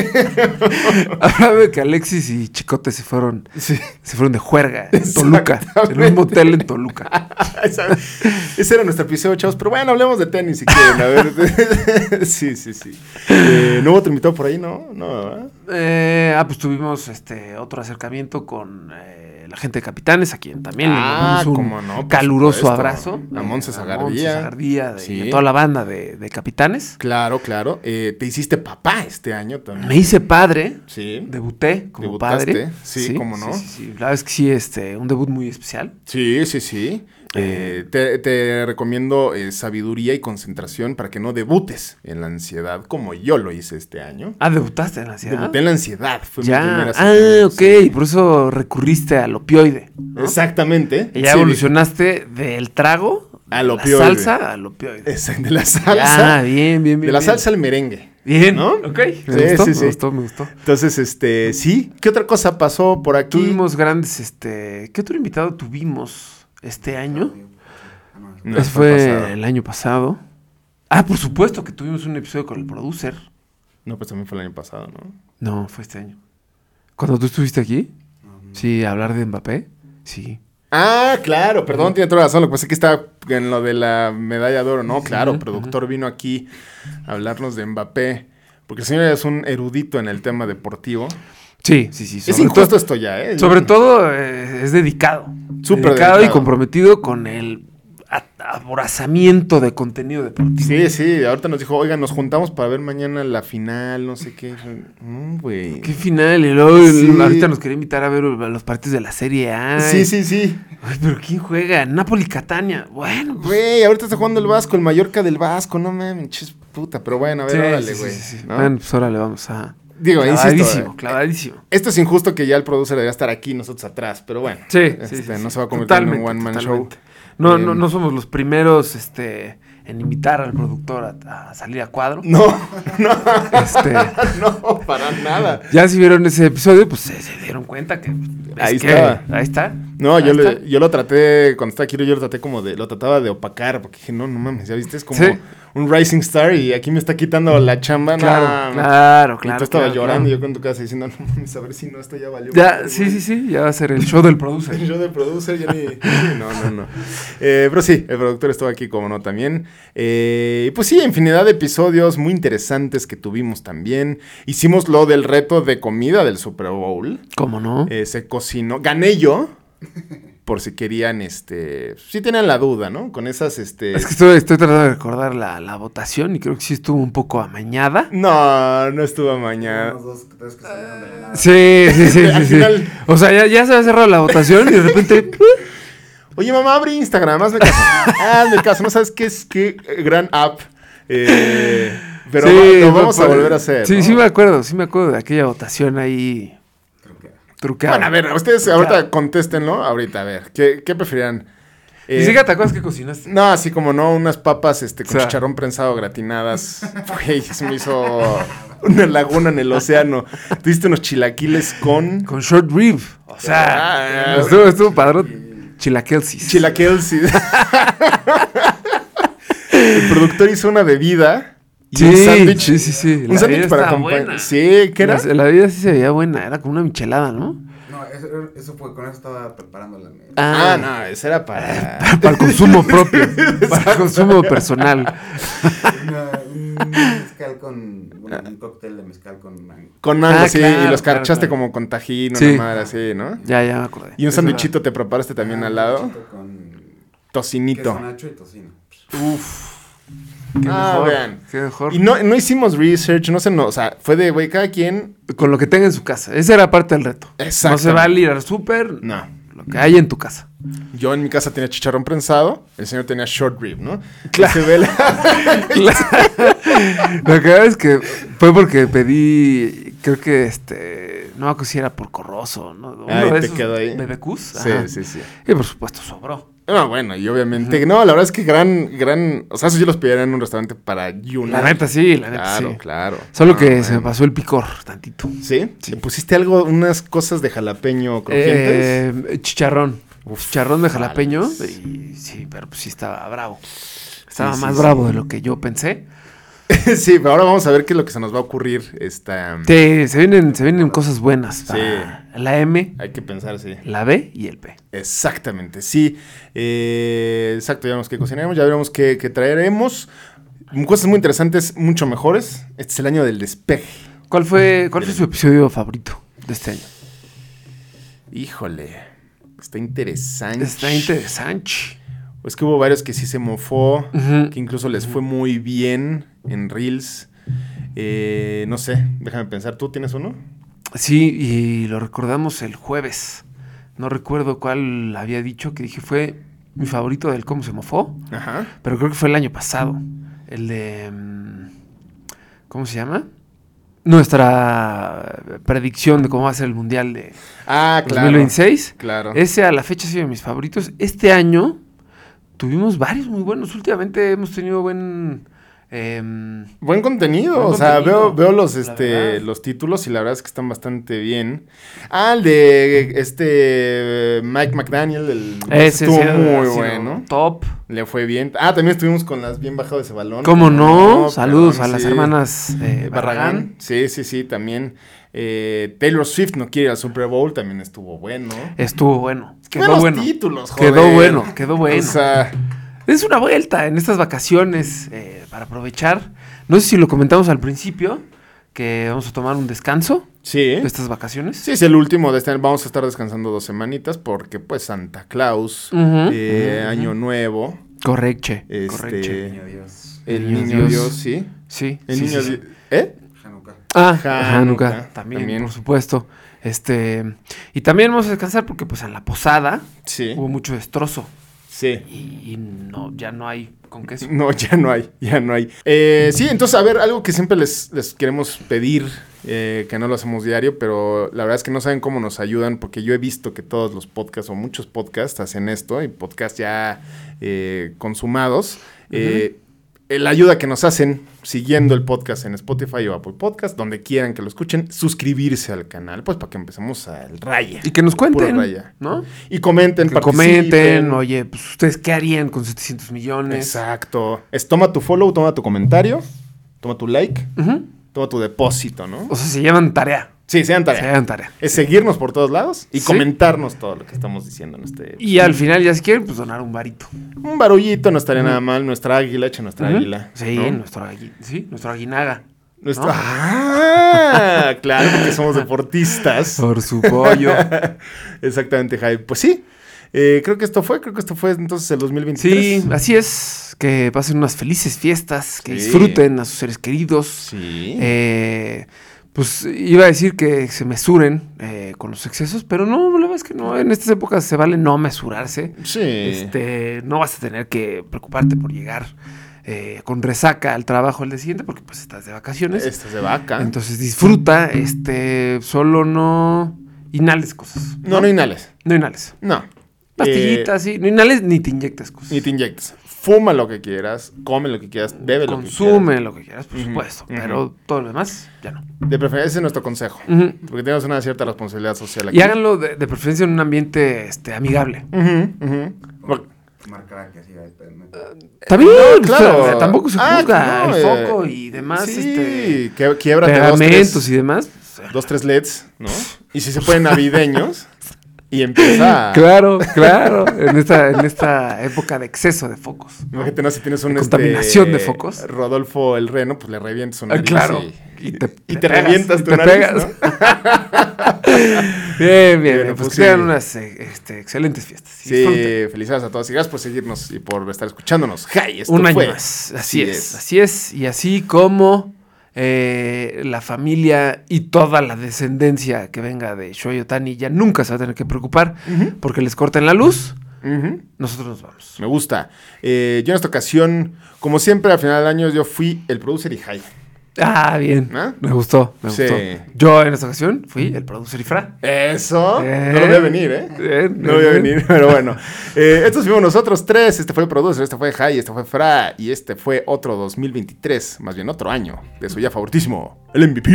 [SPEAKER 7] Hablando de que Alexis y Chicote se fueron,
[SPEAKER 6] Sí.
[SPEAKER 7] se fueron de juerga en Toluca, en un
[SPEAKER 6] Exactamente.
[SPEAKER 7] motel en Toluca.
[SPEAKER 6] Esa- Ese era nuestro episodio, chavos. Pero bueno, hablemos de tenis si quieren. A ver. sí, sí, sí. Eh, no hubo otro invitado por ahí, ¿no? No, ¿verdad?
[SPEAKER 7] Eh, ah, pues tuvimos este otro acercamiento con eh, la gente de Capitanes, a quien también
[SPEAKER 6] Ah,
[SPEAKER 7] le mandamos un
[SPEAKER 6] cómo no, por
[SPEAKER 7] caluroso
[SPEAKER 6] supuesto.
[SPEAKER 7] abrazo.
[SPEAKER 6] A
[SPEAKER 7] eh,
[SPEAKER 6] Montse
[SPEAKER 7] Montse
[SPEAKER 6] Sagardía.
[SPEAKER 7] Sagardía, de-
[SPEAKER 6] Sí.
[SPEAKER 7] y a toda la banda de, de Capitanes.
[SPEAKER 6] Claro, claro. Eh, te hiciste papá este año también.
[SPEAKER 7] Me hice padre,
[SPEAKER 6] Sí.
[SPEAKER 7] debuté como
[SPEAKER 6] Debutaste,
[SPEAKER 7] padre.
[SPEAKER 6] sí, cómo no.
[SPEAKER 7] Sí, sí, sí. La verdad es que sí, este, un debut muy especial.
[SPEAKER 6] Sí, sí, sí. Eh, te, te recomiendo eh, sabiduría y concentración para que no debutes en la ansiedad como yo lo hice este año.
[SPEAKER 7] Ah, debutaste en la ciudad.
[SPEAKER 6] Debuté en la ansiedad. Fue mi
[SPEAKER 7] ya.
[SPEAKER 6] primera
[SPEAKER 7] Ah, ok.
[SPEAKER 6] sí.
[SPEAKER 7] Por eso recurriste al opioide. ¿no?
[SPEAKER 6] Exactamente.
[SPEAKER 7] Y ya
[SPEAKER 6] Sí,
[SPEAKER 7] evolucionaste del trago
[SPEAKER 6] Al
[SPEAKER 7] la
[SPEAKER 6] opioide.
[SPEAKER 7] salsa al opioide.
[SPEAKER 6] Exacto, de la
[SPEAKER 7] Ah,
[SPEAKER 6] salsa.
[SPEAKER 7] bien, bien, bien.
[SPEAKER 6] de la
[SPEAKER 7] bien.
[SPEAKER 6] salsa al merengue.
[SPEAKER 7] Bien,
[SPEAKER 6] ¿No?
[SPEAKER 7] Ok. Me
[SPEAKER 6] Sí,
[SPEAKER 7] gustó,
[SPEAKER 6] sí,
[SPEAKER 7] me
[SPEAKER 6] sí.
[SPEAKER 7] gustó, me gustó.
[SPEAKER 6] Entonces, este, sí. ¿Qué otra cosa pasó por aquí?
[SPEAKER 7] Tuvimos grandes, este... ¿Qué otro invitado tuvimos este año?
[SPEAKER 6] No,
[SPEAKER 7] Ese fue
[SPEAKER 6] pasado.
[SPEAKER 7] el año pasado. Ah, por supuesto que tuvimos un episodio con el producer.
[SPEAKER 6] No, pues también fue el año pasado, ¿no?
[SPEAKER 7] No, fue este año. ¿Cuando tú estuviste aquí? Sí, hablar de Mbappé. Sí.
[SPEAKER 6] Ah, claro, perdón, tiene toda la razón. Lo que pasa es que está en lo de la medalla de oro, ¿no? Claro, productor vino aquí a hablarnos de Mbappé. Porque el señor es un erudito en el tema deportivo.
[SPEAKER 7] Sí, sí, sí.
[SPEAKER 6] Es
[SPEAKER 7] sobre
[SPEAKER 6] injusto
[SPEAKER 7] todo-
[SPEAKER 6] esto ya, ¿eh?
[SPEAKER 7] Sobre todo eh, es dedicado.
[SPEAKER 6] Súper
[SPEAKER 7] dedicado. y
[SPEAKER 6] dedicado.
[SPEAKER 7] comprometido con el a- aborazamiento de contenido deportivo.
[SPEAKER 6] Sí, sí, ahorita nos dijo, oigan, nos juntamos para ver mañana la final, no sé qué. No, güey.
[SPEAKER 7] Qué final. Y luego
[SPEAKER 6] Sí.
[SPEAKER 7] ahorita nos quería invitar a ver a los partidos de la Serie A.
[SPEAKER 6] Sí, sí, sí.
[SPEAKER 7] Ay, pero ¿quién juega? Napoli-Catania. Bueno, pues,
[SPEAKER 6] Güey, ahorita está jugando el Vasco, el Mallorca del Vasco, no mames, chis puta. Pero bueno, a ver,
[SPEAKER 7] sí,
[SPEAKER 6] órale,
[SPEAKER 7] sí, sí,
[SPEAKER 6] güey.
[SPEAKER 7] sí, sí.
[SPEAKER 6] ¿no?
[SPEAKER 7] Bueno, pues ahora le vamos a...
[SPEAKER 6] Digo, insisto.
[SPEAKER 7] clavadísimo,
[SPEAKER 6] eh,
[SPEAKER 7] clavadísimo.
[SPEAKER 6] Esto es injusto que ya el producer debería estar aquí, nosotros atrás, pero bueno.
[SPEAKER 7] Sí,
[SPEAKER 6] Este,
[SPEAKER 7] sí, sí, sí.
[SPEAKER 6] No se va a convertir en un
[SPEAKER 7] Totalmente,
[SPEAKER 6] one man show.
[SPEAKER 7] totalmente. No, no,
[SPEAKER 6] Eh,
[SPEAKER 7] no somos los primeros este, en invitar al productor a, a salir a cuadro.
[SPEAKER 6] No,
[SPEAKER 7] Este,
[SPEAKER 6] no, para nada.
[SPEAKER 7] ya si vieron ese episodio, pues se, se dieron cuenta que.
[SPEAKER 6] Ahí
[SPEAKER 7] que-
[SPEAKER 6] estaba.
[SPEAKER 7] Ahí está.
[SPEAKER 6] No,
[SPEAKER 7] Ahí
[SPEAKER 6] yo,
[SPEAKER 7] está.
[SPEAKER 6] le- yo lo traté, cuando estaba aquí, yo lo traté como de, lo trataba de opacar, porque dije, no, no mames, ya viste, es como
[SPEAKER 7] Sí.
[SPEAKER 6] un rising star y aquí me está quitando la chamba. no,
[SPEAKER 7] Claro,
[SPEAKER 6] mames.
[SPEAKER 7] claro,
[SPEAKER 6] Y
[SPEAKER 7] claro.
[SPEAKER 6] tú estabas
[SPEAKER 7] claro,
[SPEAKER 6] llorando y
[SPEAKER 7] claro.
[SPEAKER 6] yo con tu casa diciendo, no mames, a ver si no, esto ya valió.
[SPEAKER 7] Ya,
[SPEAKER 6] madre,
[SPEAKER 7] sí,
[SPEAKER 6] güey".
[SPEAKER 7] sí, sí, ya va a ser el show del producer.
[SPEAKER 6] Yo de producer, ya ni. No, no, no. Eh, pero sí, el productor estuvo aquí, como no, también. Eh, pues sí, infinidad de episodios muy interesantes que tuvimos también. Hicimos lo del reto de comida del Super Bowl.
[SPEAKER 7] ¿Cómo no?
[SPEAKER 6] Eh, se cocinó. Gané yo. Por si querían, este. Si tienen la duda, ¿no? Con esas, este.
[SPEAKER 7] es que estoy, estoy tratando de recordar la, la votación y creo que sí estuvo un poco amañada.
[SPEAKER 6] No, no estuvo mañana.
[SPEAKER 8] Unos dos, tres que salieron de la nada.
[SPEAKER 7] Sí, sí, sí.
[SPEAKER 6] Al
[SPEAKER 7] sí, sí.
[SPEAKER 6] final-
[SPEAKER 7] O sea, ya, ya se había cerrado la votación y de repente.
[SPEAKER 6] Oye, mamá, abre Instagram, hazme caso. Ah, hazme caso, no sabes qué es qué eh, gran app. Eh, pero
[SPEAKER 7] Sí,
[SPEAKER 6] va- lo
[SPEAKER 7] fue
[SPEAKER 6] vamos a
[SPEAKER 7] por-
[SPEAKER 6] volver a hacer.
[SPEAKER 7] Sí,
[SPEAKER 6] ¿no?
[SPEAKER 7] sí me acuerdo, sí me acuerdo de aquella votación ahí trucada.
[SPEAKER 6] Bueno, a ver, ustedes ahorita contéstenlo. Ahorita, a ver, ¿qué, qué preferirán? Eh,
[SPEAKER 7] ¿Y si te acuerdas que cocinaste?
[SPEAKER 6] no, así como no, unas papas este, con
[SPEAKER 7] O sea.
[SPEAKER 6] chicharrón prensado gratinadas. Güey, se me hizo una laguna en el océano. Tuviste unos chilaquiles con.
[SPEAKER 7] Con short rib. O
[SPEAKER 6] sea,
[SPEAKER 7] sea, estuvo, estuvo padrón. Chilaquelsis.
[SPEAKER 6] Chilaquiles. el productor hizo una bebida. y un
[SPEAKER 7] Sí,
[SPEAKER 6] sándwich.
[SPEAKER 7] sí, sí, sí. La
[SPEAKER 6] Un sándwich
[SPEAKER 7] vida
[SPEAKER 6] para
[SPEAKER 7] estaba
[SPEAKER 6] acompañar.
[SPEAKER 7] buena.
[SPEAKER 6] Sí, ¿qué era?
[SPEAKER 7] La, la vida sí se veía buena, era como una michelada, ¿no?
[SPEAKER 8] No, eso, eso fue, con eso estaba preparando la mesa.
[SPEAKER 6] Ah, no, esa era para.
[SPEAKER 7] Para el consumo propio, para el consumo personal.
[SPEAKER 8] Una- un mezcal con. bueno, un cóctel de mezcal con mango.
[SPEAKER 6] Con mango,
[SPEAKER 7] Ah,
[SPEAKER 6] sí, y
[SPEAKER 7] claro,
[SPEAKER 6] los
[SPEAKER 7] claro,
[SPEAKER 6] carchaste
[SPEAKER 7] claro.
[SPEAKER 6] como con tajín, una
[SPEAKER 7] Sí.
[SPEAKER 6] madre así, ¿no?
[SPEAKER 7] Ya, ya me acordé.
[SPEAKER 6] Y un
[SPEAKER 7] Eso era-
[SPEAKER 6] sándwichito te preparaste también al lado.
[SPEAKER 8] Con queso
[SPEAKER 6] Tocinito.
[SPEAKER 8] nacho y tocino.
[SPEAKER 7] Qué
[SPEAKER 6] Ah,
[SPEAKER 7] mejor,
[SPEAKER 6] vean.
[SPEAKER 7] Qué mejor.
[SPEAKER 6] Y no, no hicimos research, no sé, no, o sea, fue de, güey, cada quien.
[SPEAKER 7] Con lo que tenga en su casa. Esa era parte del reto. No se
[SPEAKER 6] Exactamente.
[SPEAKER 7] va a ir al súper.
[SPEAKER 6] No.
[SPEAKER 7] Lo que hay en tu casa.
[SPEAKER 6] Yo en mi casa tenía chicharrón prensado, el señor tenía short rib, ¿no? Claro.
[SPEAKER 7] Lo que es que fue porque pedí, creo que este, no me acuerdo si era por Corroso, ¿no? Uno
[SPEAKER 6] Ah, y
[SPEAKER 7] de
[SPEAKER 6] te
[SPEAKER 7] esos
[SPEAKER 6] quedó ahí.
[SPEAKER 7] BBQs,
[SPEAKER 6] Sí,
[SPEAKER 7] ajá.
[SPEAKER 6] sí, sí.
[SPEAKER 7] Y por supuesto sobró.
[SPEAKER 6] No, bueno, y obviamente. No, la verdad es que gran, gran. O sea, eso yo los pediría en un restaurante para Yuna.
[SPEAKER 7] La neta sí, la neta
[SPEAKER 6] Claro,
[SPEAKER 7] sí.
[SPEAKER 6] claro.
[SPEAKER 7] Solo
[SPEAKER 6] Ah,
[SPEAKER 7] que se me
[SPEAKER 6] bueno.
[SPEAKER 7] pasó el picor tantito.
[SPEAKER 6] ¿Sí? ¿Le pusiste algo, unas cosas de jalapeño crujientes?
[SPEAKER 7] Eh, chicharrón. chicharrón de jalapeño. Y, sí, pero pues sí estaba bravo. Estaba
[SPEAKER 6] sí,
[SPEAKER 7] más
[SPEAKER 6] sí.
[SPEAKER 7] bravo de lo que yo pensé.
[SPEAKER 6] Sí, pero ahora vamos a ver qué es lo que se nos va a ocurrir. Esta,
[SPEAKER 7] Te- se, vienen, se vienen cosas buenas. para La M,
[SPEAKER 6] Hay que pensar, sí.
[SPEAKER 7] la B y el P.
[SPEAKER 6] Exactamente, sí. Eh, exacto, ya veremos qué cocinaremos, ya veremos qué, qué traeremos. Mm, Cosas muy interesantes, mucho mejores. Este es el año del despeje.
[SPEAKER 7] ¿Cuál fue, cuál fue su episodio favorito de este año?
[SPEAKER 6] Híjole, está interesante.
[SPEAKER 7] Está interesante.
[SPEAKER 6] Es que hubo varios que sí se mofó,
[SPEAKER 7] Ujú.
[SPEAKER 6] que incluso les fue muy bien en Reels. Eh, no sé, déjame pensar, ¿tú tienes uno?
[SPEAKER 7] Sí, y lo recordamos el jueves. No recuerdo cuál había dicho que dije fue mi favorito del cómo se mofó,
[SPEAKER 6] Ajá.
[SPEAKER 7] pero creo que fue el año pasado. El de. mm, ¿Cómo se llama? Nuestra predicción de cómo va a ser el mundial de
[SPEAKER 6] Ah,
[SPEAKER 7] Pues
[SPEAKER 6] claro.
[SPEAKER 7] 2026.
[SPEAKER 6] Claro.
[SPEAKER 7] Ese a la fecha ha sido de mis favoritos. Este año tuvimos varios muy buenos. Últimamente hemos tenido buen Em,
[SPEAKER 6] Buen contenido,
[SPEAKER 7] Buen
[SPEAKER 6] o sea, veo,
[SPEAKER 7] contenido,
[SPEAKER 6] veo los,
[SPEAKER 7] la
[SPEAKER 6] este,
[SPEAKER 7] verdad.
[SPEAKER 6] los títulos y la verdad es que están bastante bien. Ah, el de este Mike McDaniel, el pues,
[SPEAKER 7] ese
[SPEAKER 6] estuvo
[SPEAKER 7] sí ha
[SPEAKER 6] muy
[SPEAKER 7] sido
[SPEAKER 6] bueno.
[SPEAKER 7] Top.
[SPEAKER 6] Le fue bien. Ah, también estuvimos con las bien bajado de ese balón.
[SPEAKER 7] ¿Cómo no? Saludos
[SPEAKER 6] perdón,
[SPEAKER 7] a las
[SPEAKER 6] sí.
[SPEAKER 7] hermanas eh,
[SPEAKER 6] Eh,
[SPEAKER 7] Barragán.
[SPEAKER 6] Sí, sí, sí, también. Eh, Taylor Swift no quiere ir al Super Bowl, también estuvo bueno.
[SPEAKER 7] Estuvo bueno. Quedó
[SPEAKER 6] Buenos
[SPEAKER 7] bueno.
[SPEAKER 6] títulos, joder.
[SPEAKER 7] Quedó bueno, quedó bueno.
[SPEAKER 6] O sea,
[SPEAKER 7] Es una vuelta en estas vacaciones eh, para aprovechar. No sé si lo comentamos al principio, que vamos a tomar un descanso
[SPEAKER 6] sí.
[SPEAKER 7] de estas vacaciones.
[SPEAKER 6] ¿Eh? Sí, es el último de este año. Vamos a estar descansando dos semanitas porque, pues, Santa Claus,
[SPEAKER 7] Ujú.
[SPEAKER 6] eh, Año Nuevo,
[SPEAKER 7] Correcche.
[SPEAKER 6] Este,
[SPEAKER 7] correcche.
[SPEAKER 8] Niño Dios.
[SPEAKER 6] el
[SPEAKER 7] Niño
[SPEAKER 6] Niño,
[SPEAKER 7] Dios.
[SPEAKER 6] Dios. sí.
[SPEAKER 7] Sí.
[SPEAKER 6] El
[SPEAKER 7] sí,
[SPEAKER 6] Niño
[SPEAKER 7] sí, sí.
[SPEAKER 6] Dios. ¿Eh?
[SPEAKER 8] Hanukkah.
[SPEAKER 7] Ah,
[SPEAKER 6] Hanukkah,
[SPEAKER 7] Hanukkah, También,
[SPEAKER 6] también.
[SPEAKER 7] por supuesto. Este. Y también vamos a descansar porque, pues, en la posada
[SPEAKER 6] Sí.
[SPEAKER 7] hubo mucho destrozo.
[SPEAKER 6] Sí.
[SPEAKER 7] Y, y no, ya no hay con queso.
[SPEAKER 6] No, ya no hay, ya no hay. Eh, sí, entonces, a ver, algo que siempre les, les queremos pedir, eh, que no lo hacemos diario, pero la verdad es que no saben cómo nos ayudan, porque yo he visto que todos los podcasts o muchos podcasts hacen esto, y podcasts ya eh, consumados. eh, eh, la ayuda que nos hacen siguiendo el podcast en Spotify o Apple Podcast, donde quieran que lo escuchen, suscribirse al canal, pues para que empecemos al raya.
[SPEAKER 7] Y que nos
[SPEAKER 6] Puro
[SPEAKER 7] cuenten,
[SPEAKER 6] raya.
[SPEAKER 7] ¿no?
[SPEAKER 6] Y comenten,
[SPEAKER 7] Que
[SPEAKER 6] participen.
[SPEAKER 7] comenten, oye, pues, ¿ustedes qué harían con 700 millones?
[SPEAKER 6] Exacto. Es toma tu follow, toma tu comentario, toma tu like,
[SPEAKER 7] Ujú.
[SPEAKER 6] toma tu depósito, ¿no?
[SPEAKER 7] O sea, se llevan tarea.
[SPEAKER 6] Sí, sean
[SPEAKER 7] Se
[SPEAKER 6] tarea.
[SPEAKER 7] llevan tarea.
[SPEAKER 6] Es seguirnos por todos lados y
[SPEAKER 7] Sí.
[SPEAKER 6] comentarnos todo lo que estamos diciendo en este.
[SPEAKER 7] Y al final, ya si quieren, pues donar un varito.
[SPEAKER 6] Un barullito no estaría nada mal. Nuestra águila, echa nuestra águila.
[SPEAKER 7] Sí,
[SPEAKER 6] ¿no?
[SPEAKER 7] nuestro, agui- sí, nuestro aguinaga.
[SPEAKER 6] Nuestra-
[SPEAKER 7] ¿no?
[SPEAKER 6] Ah, claro, porque somos deportistas.
[SPEAKER 7] Por su pollo.
[SPEAKER 6] Exactamente, Jaime. Pues sí. eh, creo que esto fue, creo que esto fue entonces el 2023.
[SPEAKER 7] sí, así es. Que pasen unas felices fiestas, que
[SPEAKER 6] Sí.
[SPEAKER 7] disfruten a sus seres queridos.
[SPEAKER 6] Sí.
[SPEAKER 7] Eh, pues iba a decir que se mesuren eh, con los excesos, pero no, la verdad es que no. En estas épocas se vale no mesurarse.
[SPEAKER 6] sí.
[SPEAKER 7] Este, no vas a tener que preocuparte por llegar eh, con resaca al trabajo el día siguiente porque pues estás de vacaciones.
[SPEAKER 6] Estas de vaca.
[SPEAKER 7] Entonces disfruta, este, solo no inhales cosas.
[SPEAKER 6] no, no inhales.
[SPEAKER 7] No inhales.
[SPEAKER 6] No. Eh,
[SPEAKER 7] Pastillitas, sí. No inhales ni te inyectas cosas.
[SPEAKER 6] Ni te inyectes. Fuma lo que quieras, come lo que quieras, bebe lo que quieras.
[SPEAKER 7] Consume lo que quieras, por
[SPEAKER 6] Ujú,
[SPEAKER 7] supuesto.
[SPEAKER 6] ujú.
[SPEAKER 7] Pero todo lo demás, ya no.
[SPEAKER 6] De preferencia, ese es nuestro consejo.
[SPEAKER 7] Ujú.
[SPEAKER 6] Porque tenemos una cierta responsabilidad social aquí.
[SPEAKER 7] Mm. Y háganlo de, de preferencia en un ambiente este, amigable.
[SPEAKER 6] Ujú, ujú. Porque-
[SPEAKER 8] Marcará que así va el perno.
[SPEAKER 7] También,
[SPEAKER 6] claro.
[SPEAKER 7] Pues, o sea, tampoco se
[SPEAKER 6] Ah,
[SPEAKER 7] juzga
[SPEAKER 6] no,
[SPEAKER 7] el
[SPEAKER 6] eh,
[SPEAKER 7] foco y demás,
[SPEAKER 6] Sí,
[SPEAKER 7] este,
[SPEAKER 6] que, quiebrate dos
[SPEAKER 7] pegamentos
[SPEAKER 6] tres,
[SPEAKER 7] y demás.
[SPEAKER 6] dos, tres LEDs, ¿no? Y si se ponen navideños y empieza.
[SPEAKER 7] Claro, claro. en, esta, en esta época de exceso de focos.
[SPEAKER 6] Imagínate, no, si tienes un.
[SPEAKER 7] De
[SPEAKER 6] este,
[SPEAKER 7] contaminación de focos.
[SPEAKER 6] Rodolfo el Reno, pues le revientes una.
[SPEAKER 7] Ah, claro.
[SPEAKER 6] Y,
[SPEAKER 7] Y te-
[SPEAKER 6] y
[SPEAKER 7] te
[SPEAKER 6] te
[SPEAKER 7] pegas,
[SPEAKER 6] revientas
[SPEAKER 7] y
[SPEAKER 6] tu
[SPEAKER 7] te
[SPEAKER 6] nariz,
[SPEAKER 7] pegas.
[SPEAKER 6] ¿no?
[SPEAKER 7] Bien, bien, bien.
[SPEAKER 6] Bueno,
[SPEAKER 7] Pues
[SPEAKER 6] pues
[SPEAKER 7] que tengan
[SPEAKER 6] sí.
[SPEAKER 7] unas eh, este, excelentes fiestas.
[SPEAKER 6] Sí,
[SPEAKER 7] Disfruten.
[SPEAKER 6] felicidades a todos y gracias por seguirnos y por estar escuchándonos. ¡Hey! Esto
[SPEAKER 7] Un año
[SPEAKER 6] fue.
[SPEAKER 7] más. Así es. así es. Y así como eh, la familia y toda la descendencia que venga de Shoei Otani ya nunca se va a tener que preocupar porque les corten la luz.
[SPEAKER 6] Ujú.
[SPEAKER 7] Nosotros nos vamos.
[SPEAKER 6] Me gusta. Eh, yo en esta ocasión, como siempre, al final del año yo fui el producer y Jai.
[SPEAKER 7] Ah, bien.
[SPEAKER 6] ¿Ah?
[SPEAKER 7] Me gustó, me
[SPEAKER 6] Sí.
[SPEAKER 7] gustó. Yo en esta ocasión fui el producer y fra.
[SPEAKER 6] Eso.
[SPEAKER 7] Bien.
[SPEAKER 6] No lo voy a venir, ¿eh?
[SPEAKER 7] Bien,
[SPEAKER 6] no lo voy a
[SPEAKER 7] bien.
[SPEAKER 6] venir, pero bueno. Eh, estos fuimos nosotros tres. Este fue el producer, este fue Jai, este fue Fra y este fue otro 2023, más bien otro año, de su ya favoritísimo, el MVP.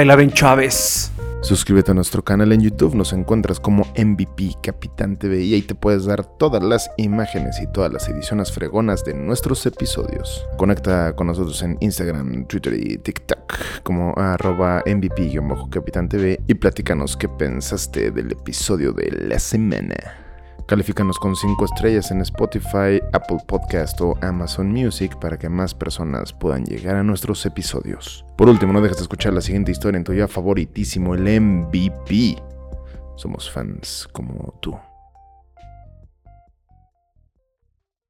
[SPEAKER 7] I love Chávez.
[SPEAKER 6] Suscríbete a nuestro canal en YouTube, nos encuentras como MVP Capitán TV y ahí te puedes dar todas las imágenes y todas las ediciones fregonas de nuestros episodios. Conecta con nosotros en Instagram, Twitter y TikTok como arroba MVP-Capitán TV y platícanos qué pensaste del episodio de la semana. Califícanos con 5 estrellas en Spotify, Apple Podcast o Amazon Music para que más personas puedan llegar a nuestros episodios. Por último, no dejes de escuchar la siguiente historia en tu ya favoritísimo, el MVP. Somos fans como tú.